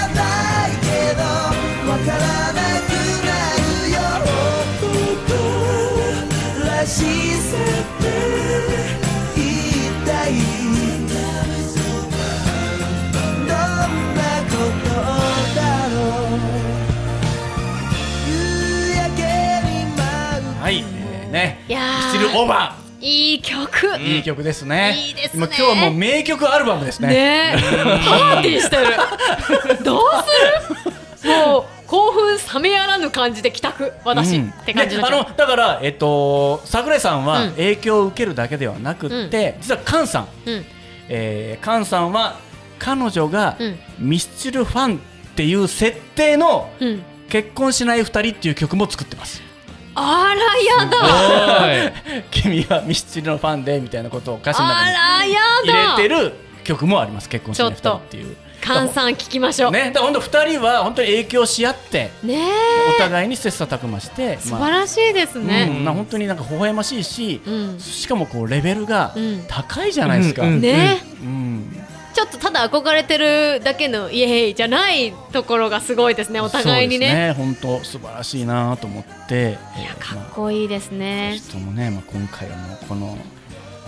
[SPEAKER 2] ね
[SPEAKER 3] いやー
[SPEAKER 2] スチルオーバ
[SPEAKER 3] いい曲
[SPEAKER 2] ー、いい曲ですね
[SPEAKER 3] いいですね
[SPEAKER 2] もう今日はもう名曲アルバムですね
[SPEAKER 3] ねパーティーしてるどうするもう興奮冷めやらぬ感じで帰宅私、
[SPEAKER 2] うん
[SPEAKER 3] って感じに
[SPEAKER 2] で
[SPEAKER 3] な
[SPEAKER 2] あ
[SPEAKER 3] っちゃう
[SPEAKER 2] のだから、えっと、桜井さん
[SPEAKER 3] う
[SPEAKER 2] は
[SPEAKER 3] ん
[SPEAKER 2] 影響を受けるだけではなくって、実は菅さん、
[SPEAKER 3] うん
[SPEAKER 2] えー、菅さんは彼女が
[SPEAKER 3] うん
[SPEAKER 2] ミスチルファンっていう設定の
[SPEAKER 3] うん
[SPEAKER 2] 「結婚しない二人」っていう曲も作ってます。
[SPEAKER 3] あらやだ
[SPEAKER 4] はい
[SPEAKER 2] 君はミスチルのファンでみたいなことを歌詞の中に
[SPEAKER 3] あらやだ
[SPEAKER 2] 入れてる曲もあります。結婚しない二人っていう。
[SPEAKER 3] 菅さん聞きましょうね
[SPEAKER 2] ね、だから本当二人は本当に影響し合って、
[SPEAKER 3] え
[SPEAKER 2] お互いに切磋琢磨して、
[SPEAKER 3] 素
[SPEAKER 2] まあ
[SPEAKER 3] 晴らしいです
[SPEAKER 2] う
[SPEAKER 3] ね、
[SPEAKER 2] ん、な本当になんか微笑ましいし、
[SPEAKER 3] うん
[SPEAKER 2] しかもこうレベルが
[SPEAKER 3] うん
[SPEAKER 2] 高いじゃないですか。
[SPEAKER 4] うんうん
[SPEAKER 3] ね
[SPEAKER 2] うん
[SPEAKER 3] ちょっとただ憧れてるだけのイエーイじゃないところがすごいですねお互いにね
[SPEAKER 2] そうですね本当素晴らしいなと思って、えー
[SPEAKER 3] か
[SPEAKER 2] ま
[SPEAKER 3] っこいいです
[SPEAKER 2] あ、
[SPEAKER 3] ね
[SPEAKER 2] ぜひともね、まあ、今回はもうこの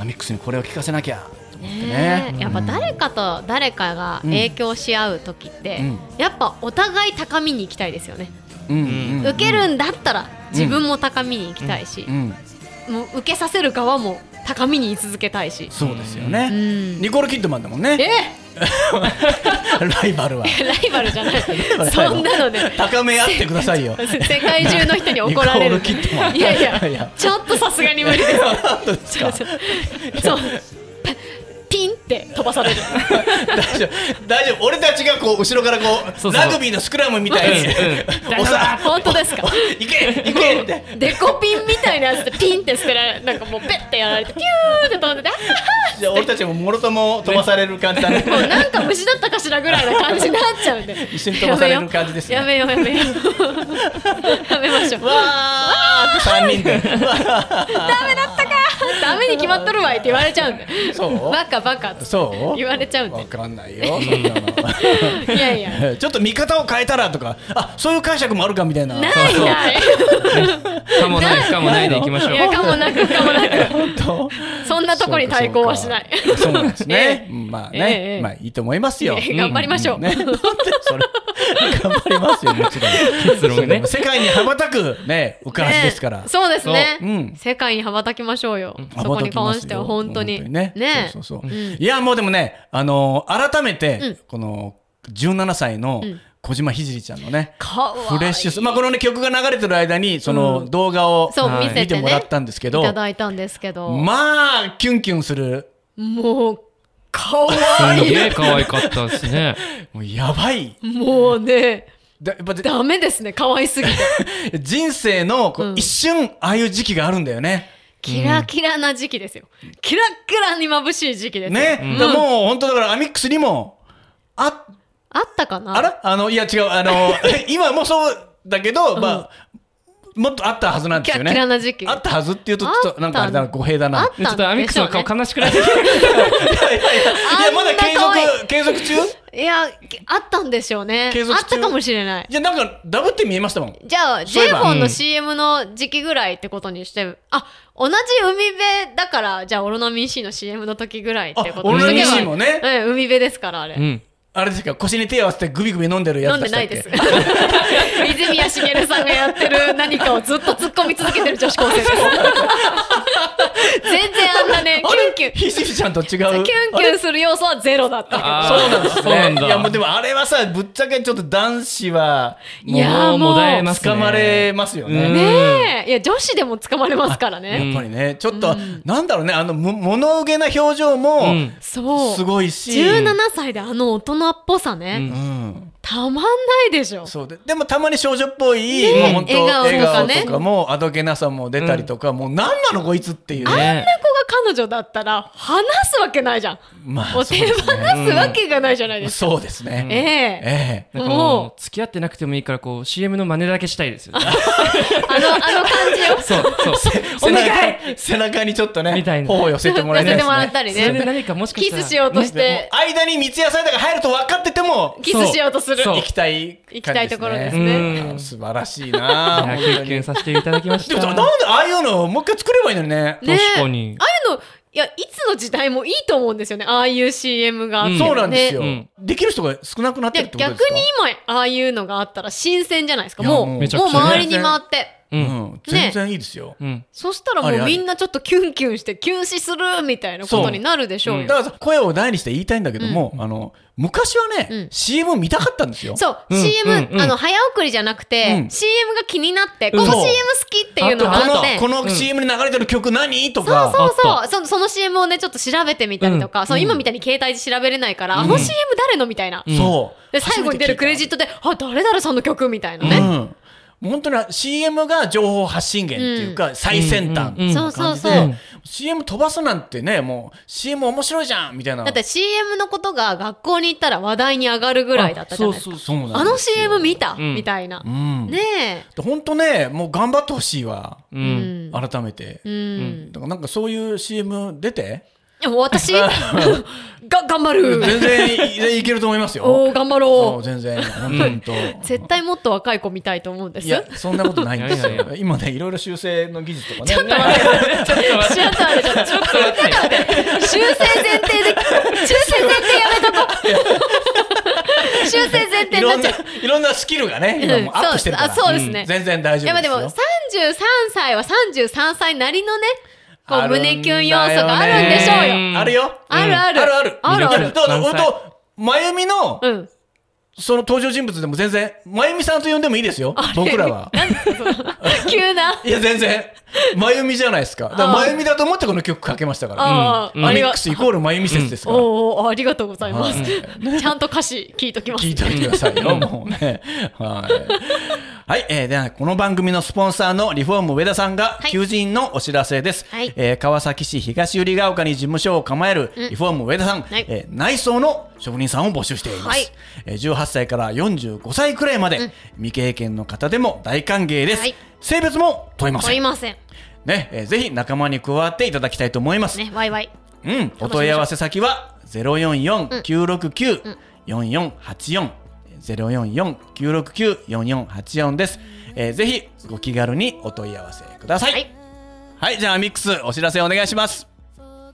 [SPEAKER 2] アミックスにこれを聞かせなきゃと思ってね
[SPEAKER 3] ね。えやっぱ誰かと誰かが影響し合う時って、
[SPEAKER 2] うん
[SPEAKER 3] やっぱお互い高みに行きたいですよね、
[SPEAKER 2] うんうんうん
[SPEAKER 3] 受けるんだったら自分も高みに行きたいし
[SPEAKER 2] う、ん
[SPEAKER 3] もう受けさせる側も高みに居続けたいし、
[SPEAKER 2] そうですよ
[SPEAKER 3] う
[SPEAKER 2] ね。
[SPEAKER 3] ん、
[SPEAKER 2] ニコールキッドマンだもん
[SPEAKER 3] え
[SPEAKER 2] ね。 ライバルは
[SPEAKER 3] ライバルじゃない
[SPEAKER 2] バル
[SPEAKER 3] そんなので、
[SPEAKER 2] 高め合ってください よ。
[SPEAKER 3] 世界中の人に怒られる
[SPEAKER 2] ニコールキッドマン
[SPEAKER 3] いやい
[SPEAKER 2] いや
[SPEAKER 3] やちょっとさすがに無理ですちょっとそうパピンって飛ばされる
[SPEAKER 2] 大丈夫大丈夫俺たちがこう後ろからこう
[SPEAKER 4] そうそう
[SPEAKER 2] ラグビーのスクラムみたいに、 おさ
[SPEAKER 3] 本当ですか
[SPEAKER 2] 行け行けって
[SPEAKER 3] デコピンみたいなやつでピンって捨てられなんかもうペッてやられてピューって飛んでてあは
[SPEAKER 2] じゃあ俺たちももろとも飛ばされる感じだね
[SPEAKER 3] はもうなんか虫だったかしらぐらいな感じになっちゃうんで
[SPEAKER 2] 一緒に飛ばされる感じですね
[SPEAKER 3] やめようやめようやめましょう
[SPEAKER 2] わーって三人でわ
[SPEAKER 3] ダメに決まっとるわいって言われちゃうんで
[SPEAKER 2] ーそう
[SPEAKER 3] バカバカって
[SPEAKER 2] そう
[SPEAKER 3] 言われちゃうん
[SPEAKER 2] わ
[SPEAKER 3] で
[SPEAKER 2] かんないよそんなの
[SPEAKER 3] いやいや
[SPEAKER 2] ちょっと見方を変えたらとかあそういう解釈もあるかみたいな
[SPEAKER 3] ないない
[SPEAKER 4] かもない不可もないでいきましょ
[SPEAKER 3] いうやかもなくかもなく
[SPEAKER 2] 本当
[SPEAKER 3] そんなとこに対抗はしない
[SPEAKER 2] そうかそうなんですねうんまあ
[SPEAKER 3] え
[SPEAKER 2] ね
[SPEAKER 3] え
[SPEAKER 2] まあいいと思いますよ
[SPEAKER 3] 頑張りましょう、
[SPEAKER 2] ね、本当にそれ頑張りますよもちろん
[SPEAKER 4] 結論ね
[SPEAKER 2] 世界に羽ばたくねうからしですから、
[SPEAKER 3] ねそうですね、
[SPEAKER 2] そううん
[SPEAKER 3] 世界に羽ばたきましょうよ、そ
[SPEAKER 2] 羽
[SPEAKER 3] こ
[SPEAKER 2] ばた
[SPEAKER 3] に
[SPEAKER 2] きま
[SPEAKER 3] 関
[SPEAKER 2] すよ
[SPEAKER 3] しては本当に
[SPEAKER 2] ね
[SPEAKER 3] ね
[SPEAKER 2] そうそうそう、い
[SPEAKER 3] ん
[SPEAKER 2] やもうでもねあのー改めて、
[SPEAKER 3] うん
[SPEAKER 2] この17歳の
[SPEAKER 3] ん
[SPEAKER 2] 小島ひじりちゃんのね、
[SPEAKER 3] かわいい
[SPEAKER 2] フレッシュスまあこのね曲が流れてる間にその動画を、
[SPEAKER 3] そう、
[SPEAKER 4] はい
[SPEAKER 3] 見
[SPEAKER 2] 見
[SPEAKER 3] せて
[SPEAKER 2] て
[SPEAKER 3] ね
[SPEAKER 2] もらったんですけど
[SPEAKER 3] いただいたんですけど、
[SPEAKER 2] まあキュンキュンする
[SPEAKER 3] もうかわ
[SPEAKER 4] すげえ可愛かったですね
[SPEAKER 2] もうやばい
[SPEAKER 3] いいもうね
[SPEAKER 2] だやっぱで
[SPEAKER 3] ダメですね可愛すぎて
[SPEAKER 2] 人生のこう
[SPEAKER 3] うん
[SPEAKER 2] 一瞬ああいう時期があるんだよね。
[SPEAKER 3] キラキラな時期ですよキラキラに眩しい時期ですよ
[SPEAKER 2] ね、
[SPEAKER 4] うん
[SPEAKER 2] だからもう本当だからアミックスにもあ
[SPEAKER 3] あったかな
[SPEAKER 2] あらあのいや違うあの今もそうだけど、まあもっとあったはずなんで
[SPEAKER 3] キ
[SPEAKER 2] す
[SPEAKER 3] ラ
[SPEAKER 2] よ
[SPEAKER 3] キラ
[SPEAKER 2] ね。
[SPEAKER 3] な時期
[SPEAKER 2] あったはずっていうとちょっとなんかあれだな語弊だな。
[SPEAKER 3] あ
[SPEAKER 2] い
[SPEAKER 4] ち
[SPEAKER 3] っ
[SPEAKER 4] ょ
[SPEAKER 3] た
[SPEAKER 4] っとア
[SPEAKER 3] ん
[SPEAKER 4] ミッ
[SPEAKER 3] で
[SPEAKER 4] クス
[SPEAKER 3] しょ
[SPEAKER 4] の
[SPEAKER 3] うね
[SPEAKER 4] 顔悲しくなってきた
[SPEAKER 2] やまだ継
[SPEAKER 3] あんな可愛
[SPEAKER 2] 続継続中
[SPEAKER 3] いやあったんでしょうね
[SPEAKER 2] 継続
[SPEAKER 3] あ
[SPEAKER 2] 中
[SPEAKER 3] ったかもしれない
[SPEAKER 2] じゃあなんかダブって見えましたもん。
[SPEAKER 3] じゃあ
[SPEAKER 2] そういえ
[SPEAKER 3] j フ
[SPEAKER 2] ば
[SPEAKER 3] ォン
[SPEAKER 4] う
[SPEAKER 3] の
[SPEAKER 4] ん
[SPEAKER 3] CM の時期ぐらいってことにしてあ同じ海辺だからじゃあオロナミン C の CM の時ぐらいってことにしとけば
[SPEAKER 4] あオロナミン C
[SPEAKER 2] もね
[SPEAKER 3] うん海辺ですからあれ、
[SPEAKER 4] うん
[SPEAKER 2] あれですか腰に手を合わせてグビグビ飲んでるや
[SPEAKER 3] 飲
[SPEAKER 2] つ
[SPEAKER 3] ん
[SPEAKER 2] で
[SPEAKER 3] で
[SPEAKER 2] した
[SPEAKER 3] な
[SPEAKER 2] っ
[SPEAKER 3] い
[SPEAKER 2] け
[SPEAKER 3] です泉谷しげるさんがやってる何かをずっと突っ込み続けてる女子高生です全然あんなね
[SPEAKER 2] あ
[SPEAKER 3] キュンキュ
[SPEAKER 2] れひ
[SPEAKER 3] ン
[SPEAKER 2] じりちゃんと違う。キ
[SPEAKER 3] キュンキュンする要素はゼロだったけど
[SPEAKER 4] あーそうなんですねそうなんだ
[SPEAKER 2] いやもうでもあれはさぶっちゃけちょっと男子はもう
[SPEAKER 3] いやーもう
[SPEAKER 4] もだえますね
[SPEAKER 2] 掴まれますよね。
[SPEAKER 4] うん
[SPEAKER 3] ねえいや女子でも捕まれますから
[SPEAKER 2] や
[SPEAKER 3] ね、
[SPEAKER 2] っぱりねちょっと、なんだろうねあのむ物憂げな表情も
[SPEAKER 4] うん
[SPEAKER 3] そう
[SPEAKER 2] すごいし、うん
[SPEAKER 3] 17歳であの大人っぽさね、
[SPEAKER 4] うん
[SPEAKER 3] たまんないでしょ
[SPEAKER 2] そうででもたまに少女っぽい、
[SPEAKER 3] ね
[SPEAKER 2] もう本当
[SPEAKER 3] 笑
[SPEAKER 2] 笑
[SPEAKER 3] 顔とか
[SPEAKER 2] 顔
[SPEAKER 3] ね
[SPEAKER 2] とかもあどけなさも出たりとか、もう何なのこいつっていうね。
[SPEAKER 4] ね
[SPEAKER 3] あんな子が彼女だったら話すわけないじゃん。
[SPEAKER 2] ま
[SPEAKER 3] お
[SPEAKER 2] あ
[SPEAKER 3] 手放すわけがないじゃないですか。
[SPEAKER 2] そうですね。
[SPEAKER 3] ええ
[SPEAKER 2] ええ
[SPEAKER 4] なんかもう付き合ってなくてもいいからこう CM の真似だけしたいですよね
[SPEAKER 3] あのあの感じを
[SPEAKER 4] そうそう
[SPEAKER 2] 背中背中にちょっとね
[SPEAKER 4] みたいな
[SPEAKER 2] 頬を寄せてもらいたい
[SPEAKER 3] 寄せ
[SPEAKER 2] で
[SPEAKER 3] て
[SPEAKER 2] す
[SPEAKER 3] もらっ
[SPEAKER 2] ね。
[SPEAKER 3] たり
[SPEAKER 4] それで
[SPEAKER 3] ね。
[SPEAKER 4] 何かもしか
[SPEAKER 3] キ
[SPEAKER 4] したら
[SPEAKER 3] スしようとし
[SPEAKER 2] でも
[SPEAKER 3] て
[SPEAKER 2] 間に三ツ矢サイダーが入ると分かってても
[SPEAKER 3] キスしようとする。
[SPEAKER 4] そう
[SPEAKER 2] 行きたい感じですね、
[SPEAKER 3] 行きたいところです
[SPEAKER 4] う
[SPEAKER 3] ね。
[SPEAKER 4] ん
[SPEAKER 2] あ素晴らしいな
[SPEAKER 4] ね
[SPEAKER 2] 本
[SPEAKER 4] キュン
[SPEAKER 2] 当に
[SPEAKER 4] キュンさせていただきまし
[SPEAKER 2] でもな
[SPEAKER 4] た
[SPEAKER 2] んでああいうのをもう一回作ればいいのにね
[SPEAKER 3] ね
[SPEAKER 4] 確かに
[SPEAKER 3] ああいうのいやいつの時代もいいと思うんですよね。ああいう CM があって、ね
[SPEAKER 2] そうなんですよ、
[SPEAKER 4] ね
[SPEAKER 2] できる人が少なくなってるっ
[SPEAKER 3] で
[SPEAKER 2] てこと
[SPEAKER 3] 逆
[SPEAKER 2] ですか
[SPEAKER 3] に今ああいうのがあったら新鮮じゃないですか。
[SPEAKER 2] いや
[SPEAKER 3] もう
[SPEAKER 2] もう
[SPEAKER 3] もう
[SPEAKER 4] めちゃくちゃね
[SPEAKER 3] 周りに回って。
[SPEAKER 4] うん。
[SPEAKER 2] うん、全然いいですよ、
[SPEAKER 4] うん。
[SPEAKER 3] そしたら
[SPEAKER 2] あり
[SPEAKER 3] も
[SPEAKER 2] あ
[SPEAKER 3] う
[SPEAKER 2] り
[SPEAKER 3] みんなちょっとキュンキュンして急死するみたいなことになるでしょう
[SPEAKER 4] うん
[SPEAKER 3] よ。
[SPEAKER 2] だからさ声を大にして言いたいんだけども、あの昔はね、
[SPEAKER 3] うん
[SPEAKER 2] CM 見たかったんですよ
[SPEAKER 3] そう、
[SPEAKER 4] うん
[SPEAKER 3] CM、
[SPEAKER 4] うんうん
[SPEAKER 3] あの早送りじゃなくて、
[SPEAKER 2] うん
[SPEAKER 3] CM が気になって、
[SPEAKER 4] うん
[SPEAKER 3] この
[SPEAKER 2] そう
[SPEAKER 3] CM 好きっていうのが
[SPEAKER 2] こ
[SPEAKER 3] あ
[SPEAKER 2] の
[SPEAKER 3] って。
[SPEAKER 2] この
[SPEAKER 4] ん
[SPEAKER 2] CM に流れてる曲何と
[SPEAKER 3] そう
[SPEAKER 2] か
[SPEAKER 3] そう
[SPEAKER 4] あ
[SPEAKER 3] そうそのその CM をねちょっと調べてみたりとか、そう今みたいに携帯で調べれないから、あの CM 誰のみたいな、
[SPEAKER 4] ん
[SPEAKER 2] そう
[SPEAKER 3] で最後に出るクレジットであ誰々さんの曲みたいな
[SPEAKER 2] ね、う
[SPEAKER 3] ね、
[SPEAKER 2] ん本当に CM が情報発信源っていうか、最先端っていう
[SPEAKER 3] そうそう
[SPEAKER 2] 感じ
[SPEAKER 3] そ
[SPEAKER 2] で、
[SPEAKER 3] う、
[SPEAKER 2] CM 飛ばすなんてねもう CM 面白いじゃんみたいな
[SPEAKER 3] だって CM のことが学校に行ったら話題に上がるぐらいだったじゃないです
[SPEAKER 2] そ
[SPEAKER 3] か
[SPEAKER 2] うそうそう
[SPEAKER 3] あの CM 見た、
[SPEAKER 4] ん
[SPEAKER 3] みたいな、
[SPEAKER 2] うん
[SPEAKER 3] ねえ
[SPEAKER 2] 本当ねもう頑張ってほしいわ、
[SPEAKER 4] う。
[SPEAKER 3] うんん、
[SPEAKER 2] 改めて、
[SPEAKER 3] うん、
[SPEAKER 2] だからなんかそういう CM 出て
[SPEAKER 3] でも私が頑張 る
[SPEAKER 2] 全然い全然いけると思いますよ
[SPEAKER 3] おお頑張
[SPEAKER 2] そ
[SPEAKER 3] ろ
[SPEAKER 2] う全然本当
[SPEAKER 3] う絶対もっと若い子見たいと思うんです
[SPEAKER 2] いやそんなことないんです
[SPEAKER 4] いやいやい
[SPEAKER 2] よ今ねいろいろ修正の技術とか
[SPEAKER 4] ち
[SPEAKER 2] ね
[SPEAKER 4] ょっと待って
[SPEAKER 3] ちょっとあれちょっとちょっと待って修正前提で修正前提やめとこう修正前提
[SPEAKER 2] い
[SPEAKER 3] にな
[SPEAKER 2] ろ
[SPEAKER 3] っ
[SPEAKER 2] ん
[SPEAKER 3] ち
[SPEAKER 2] な
[SPEAKER 3] ゃう
[SPEAKER 2] いろんなスキルがね今もうアップしてるから
[SPEAKER 3] そうあそうですね
[SPEAKER 2] ん全然大
[SPEAKER 3] い
[SPEAKER 2] 丈
[SPEAKER 3] や
[SPEAKER 2] 夫
[SPEAKER 3] まあ
[SPEAKER 2] です
[SPEAKER 3] で
[SPEAKER 2] よ
[SPEAKER 3] も33歳は33歳なりのねこ
[SPEAKER 2] あ
[SPEAKER 3] う
[SPEAKER 2] るんだよね
[SPEAKER 3] 胸キュン要素があるんでしょうよ
[SPEAKER 4] うん
[SPEAKER 2] あるよ
[SPEAKER 3] あるある
[SPEAKER 2] あるある
[SPEAKER 3] あるある
[SPEAKER 2] だから本当まゆみの
[SPEAKER 3] うん
[SPEAKER 2] その登場人物でも全然まゆみさんと呼んでもいいですよ僕らは
[SPEAKER 3] なんですかその急ない
[SPEAKER 2] や全然まゆみじゃないですかだから
[SPEAKER 3] あー
[SPEAKER 2] まゆみだと思ってこの曲かけましたから
[SPEAKER 3] あ
[SPEAKER 4] うん
[SPEAKER 3] あ
[SPEAKER 2] ア
[SPEAKER 3] あり
[SPEAKER 2] ニッ
[SPEAKER 3] が
[SPEAKER 2] クスイコールまゆみ説ですから
[SPEAKER 3] おーおーありがとうございますちゃんと歌詞聞いときます
[SPEAKER 2] 聞いておいてくださいよ、もうね。はい。はい、えーでは、この番組のスポンサーのリフォーム上田さんが、
[SPEAKER 3] はい
[SPEAKER 2] 求人のお知らせです。
[SPEAKER 3] はい
[SPEAKER 2] えー川崎市東百合ヶ丘に事務所を構えるリフォーム上田さん、
[SPEAKER 3] はい
[SPEAKER 2] えー内装の職人さんを募集しています。
[SPEAKER 3] はい
[SPEAKER 2] えー18歳から45歳くらいまで、未経験の方でも大歓迎です。
[SPEAKER 3] はい
[SPEAKER 2] 性別も問いませ
[SPEAKER 3] 問い
[SPEAKER 2] ん。
[SPEAKER 3] ません
[SPEAKER 2] ね、えーぜひ仲間に加わっていただきたいと思います。
[SPEAKER 3] ねワイワイ
[SPEAKER 2] うん、お問い合わせ先は044-969-4484。044-969-4484です、えーぜひご気軽にお問い合わせください。
[SPEAKER 3] は
[SPEAKER 2] はい
[SPEAKER 3] い、
[SPEAKER 2] じゃあミックスお知らせお願いします。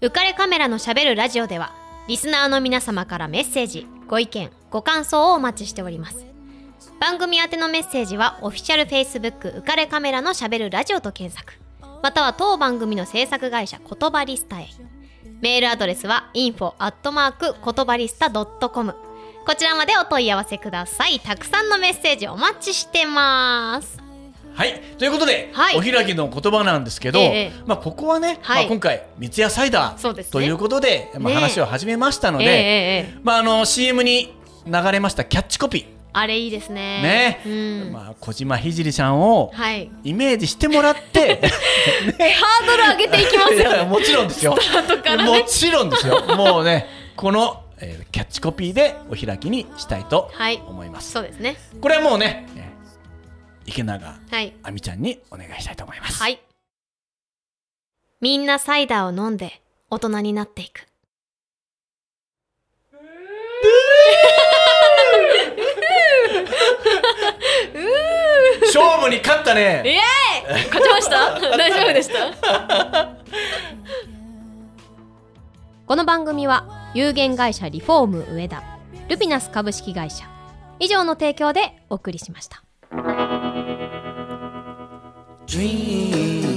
[SPEAKER 3] 浮かれカメラのしゃべるラジオではリスナーの皆様からメッセージご意見ご感想をお待ちしております番組宛てのメッセージはオフィシャル Facebook 浮かれカメラのしゃべるラジオと検索または当番組の制作会社言葉リスタへメールアドレスは info アットマーク言葉リスタ .com こちらまでお問い合わせくださいたくさんのメッセージお待ちしてます
[SPEAKER 2] はい、ということで、
[SPEAKER 3] はい
[SPEAKER 2] お開きの言葉なんですけど、
[SPEAKER 3] ええ
[SPEAKER 2] まあここはね、
[SPEAKER 3] はい
[SPEAKER 2] まあ今回三ツ矢サイダ
[SPEAKER 3] そう
[SPEAKER 2] ー
[SPEAKER 3] ですね
[SPEAKER 2] ということで、まあ
[SPEAKER 3] ね
[SPEAKER 2] 話を始めましたので、
[SPEAKER 3] ええ
[SPEAKER 2] まああの CM に流れましたキャッチコピ
[SPEAKER 3] あれいいです
[SPEAKER 2] ー
[SPEAKER 3] ね
[SPEAKER 2] ね、
[SPEAKER 3] うん
[SPEAKER 2] まあ小島ひじりさんを
[SPEAKER 3] はい
[SPEAKER 2] イメージしてもらっ て。
[SPEAKER 3] ハードル上げていきます
[SPEAKER 2] い
[SPEAKER 3] よ
[SPEAKER 2] やもちろんですよ。
[SPEAKER 3] からね
[SPEAKER 2] もちろんですよ。もうね、この、えーキャッチコピーでお開きにしたいと
[SPEAKER 3] はい
[SPEAKER 2] 思います。
[SPEAKER 3] そうですね
[SPEAKER 2] これはもうね、えー池永
[SPEAKER 3] はい
[SPEAKER 2] 亜美ちゃんにお願いしたいと思います。
[SPEAKER 3] はいみんなサイダーを飲んで大人になっていく
[SPEAKER 2] 勝負に勝った
[SPEAKER 3] イ
[SPEAKER 2] ね。
[SPEAKER 3] エーイ勝ちました 大丈夫でした この番組は有限会社リフォーム上田ルピナス株式会社以上の提供でお送りしました
[SPEAKER 5] Dream